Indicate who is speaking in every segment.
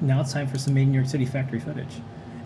Speaker 1: now it's time for some Made in New York City factory footage.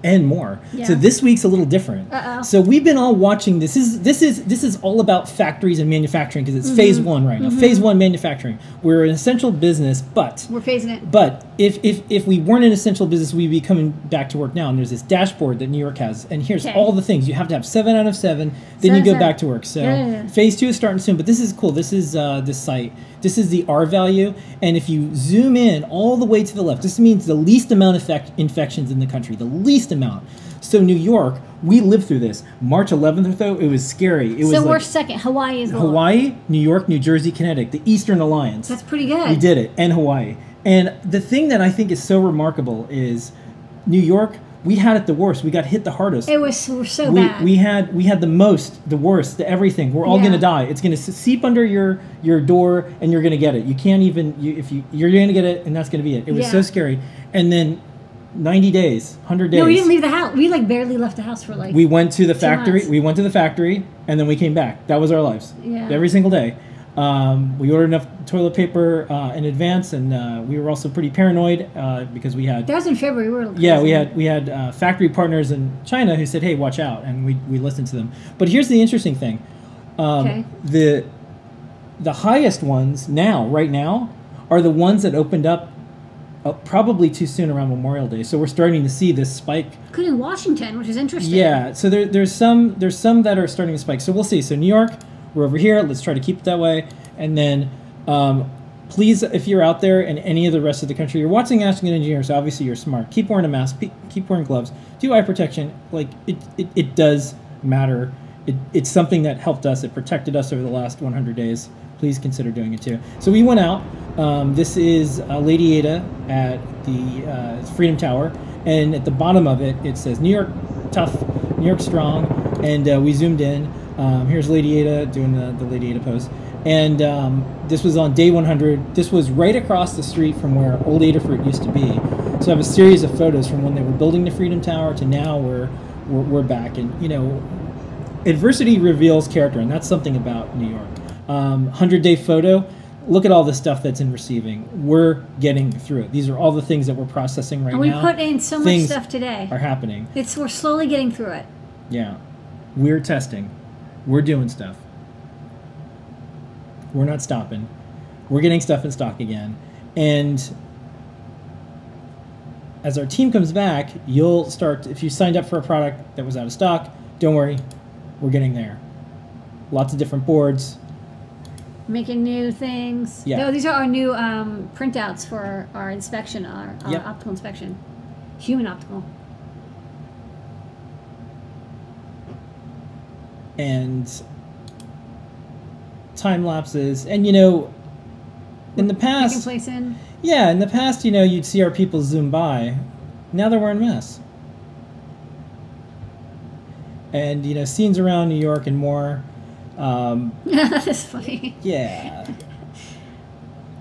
Speaker 1: And more. So
Speaker 2: Yeah.
Speaker 1: this week's a little different.
Speaker 2: Uh-oh.
Speaker 1: So we've been all watching this. Is this is this is all about factories and manufacturing because
Speaker 2: Mm-hmm.
Speaker 1: it's phase one right now. Phase one manufacturing. We're an essential business, but
Speaker 2: We're phasing it.
Speaker 1: but if, if if we weren't an essential business, we'd be coming back to work now. And there's this dashboard that New York has, and here's
Speaker 2: Okay.
Speaker 1: all the things you have to have seven out of seven. Then
Speaker 2: Seven
Speaker 1: you go
Speaker 2: out of
Speaker 1: back to
Speaker 2: seven.
Speaker 1: work. So
Speaker 2: Yeah, yeah, yeah.
Speaker 1: phase two is starting soon, but this is cool. This is uh, this site. This is the R value, and if you zoom in all the way to the left, this means the least amount of infec- infections in the country, the least amount. So New York, we lived through this. March 11th or so, it was scary. It was
Speaker 2: So
Speaker 1: like
Speaker 2: we're second. Hawaii is lower.
Speaker 1: Hawaii, New York, New Jersey, Connecticut, the Eastern Alliance.
Speaker 2: That's pretty good.
Speaker 1: We did it, and Hawaii. And the thing that I think is so remarkable is New York. We had it the worst. We got hit the hardest.
Speaker 2: It was so, so
Speaker 1: we,
Speaker 2: bad.
Speaker 1: we had we had the most, the worst, the everything. We're all
Speaker 2: Yeah.
Speaker 1: gonna die. It's gonna s- seep under your your door, and you're gonna get it. You can't even you, if you you're gonna get it, and that's gonna be it. It was
Speaker 2: Yeah.
Speaker 1: so scary. And then, ninety days, hundred days.
Speaker 2: no, we didn't leave the house. We like barely left the house for like.
Speaker 1: We went to the factory.
Speaker 2: months.
Speaker 1: We went to the factory, and then we came back. That was our lives.
Speaker 2: Yeah.
Speaker 1: Every single day. Um, we ordered enough toilet paper uh, in advance, and uh, we were also pretty paranoid uh, because we had.
Speaker 2: that was in February. We were.
Speaker 1: yeah, we had we had uh, factory partners in China who said, "Hey, watch out," and we we listened to them. But here's the interesting thing: um,
Speaker 2: Okay.
Speaker 1: the the highest ones now, right now, are the ones that opened up uh, probably too soon around Memorial Day. So we're starting to see this spike
Speaker 2: Including Washington, which is interesting.
Speaker 1: yeah, so there, there's some there's some that are starting to spike. So we'll see. So New York, we're over here. Let's try to keep it that way. And then, um, please, if you're out there and any of the rest of the country, you're watching Asking an Engineer, so obviously you're smart. Keep wearing a mask. Pe- keep wearing gloves. Do eye protection. Like it, it, it does matter. It, it's something that helped us. It protected us over the last 100 days. Please consider doing it too. So we went out. Um, this is uh, Lady Ada at the uh, Freedom Tower, and at the bottom of it, it says New York tough, New York strong, and uh, we zoomed in. Um, here's Lady Ada doing the, the Lady Ada pose. And um, this was on day 100. This was right across the street from where Old Adafruit used to be. So I have a series of photos from when they were building the Freedom Tower to now where we're, we're back. And, you know, adversity reveals character, and that's something about New York. Um, 100 day photo. Look at all the stuff that's in receiving. We're getting through it. These are all the things that we're processing right
Speaker 2: And we
Speaker 1: now.
Speaker 2: put in so much
Speaker 1: things
Speaker 2: stuff today.
Speaker 1: are happening.
Speaker 2: It's we're slowly getting through it.
Speaker 1: Yeah. We're testing. We're doing stuff. We're not stopping. We're getting stuff in stock again. And as our team comes back, you'll start if you signed up for a product that was out of stock, don't worry. We're getting there. Lots of different boards.
Speaker 2: Making new things.
Speaker 1: Yeah.
Speaker 2: No, these are our new um, printouts for our inspection, our, our
Speaker 1: Yep.
Speaker 2: optical inspection, human optical.
Speaker 1: and time lapses and you know in the
Speaker 2: Taking
Speaker 1: past
Speaker 2: place in.
Speaker 1: yeah in the past you know you'd see our people zoom by now they're wearing masks and you know scenes around new york and more um,
Speaker 2: That's funny.
Speaker 1: yeah.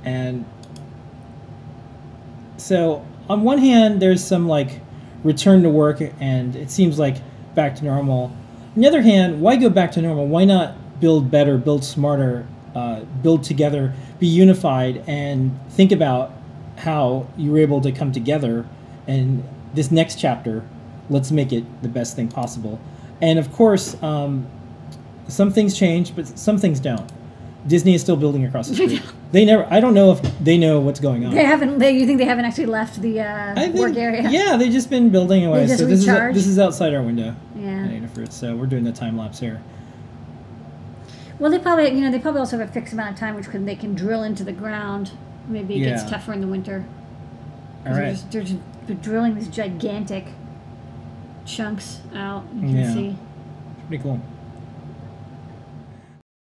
Speaker 1: And so, on one hand, there's some like return to work, and it seems like back to normal. On the other hand, why go back to normal? Why not build better, build smarter, uh, build together, be unified, and think about how you were able to come together? And this next chapter, let's make it the best thing possible. And of course, um, some things change, but some things don't. Disney is still building across the street. they never. I don't know if they know what's going on.
Speaker 2: They haven't. They, you think they haven't actually left the uh,
Speaker 1: I think-
Speaker 2: work area?
Speaker 1: Yeah, they've just been building away.
Speaker 2: They just
Speaker 1: so this
Speaker 2: recharge?
Speaker 1: is this is outside our window.
Speaker 2: Yeah.
Speaker 1: at Adafruit, so we're doing the time lapse here.
Speaker 2: Well, they probably, you know, they probably also have a fixed amount of time, which can they can drill into the ground. Maybe it
Speaker 1: Yeah.
Speaker 2: gets tougher in the winter.
Speaker 1: All
Speaker 2: 'Cause they're
Speaker 1: right.
Speaker 2: just- They're, just, they're drilling these gigantic chunks out. You can
Speaker 1: Yeah.
Speaker 2: see.
Speaker 1: Pretty cool.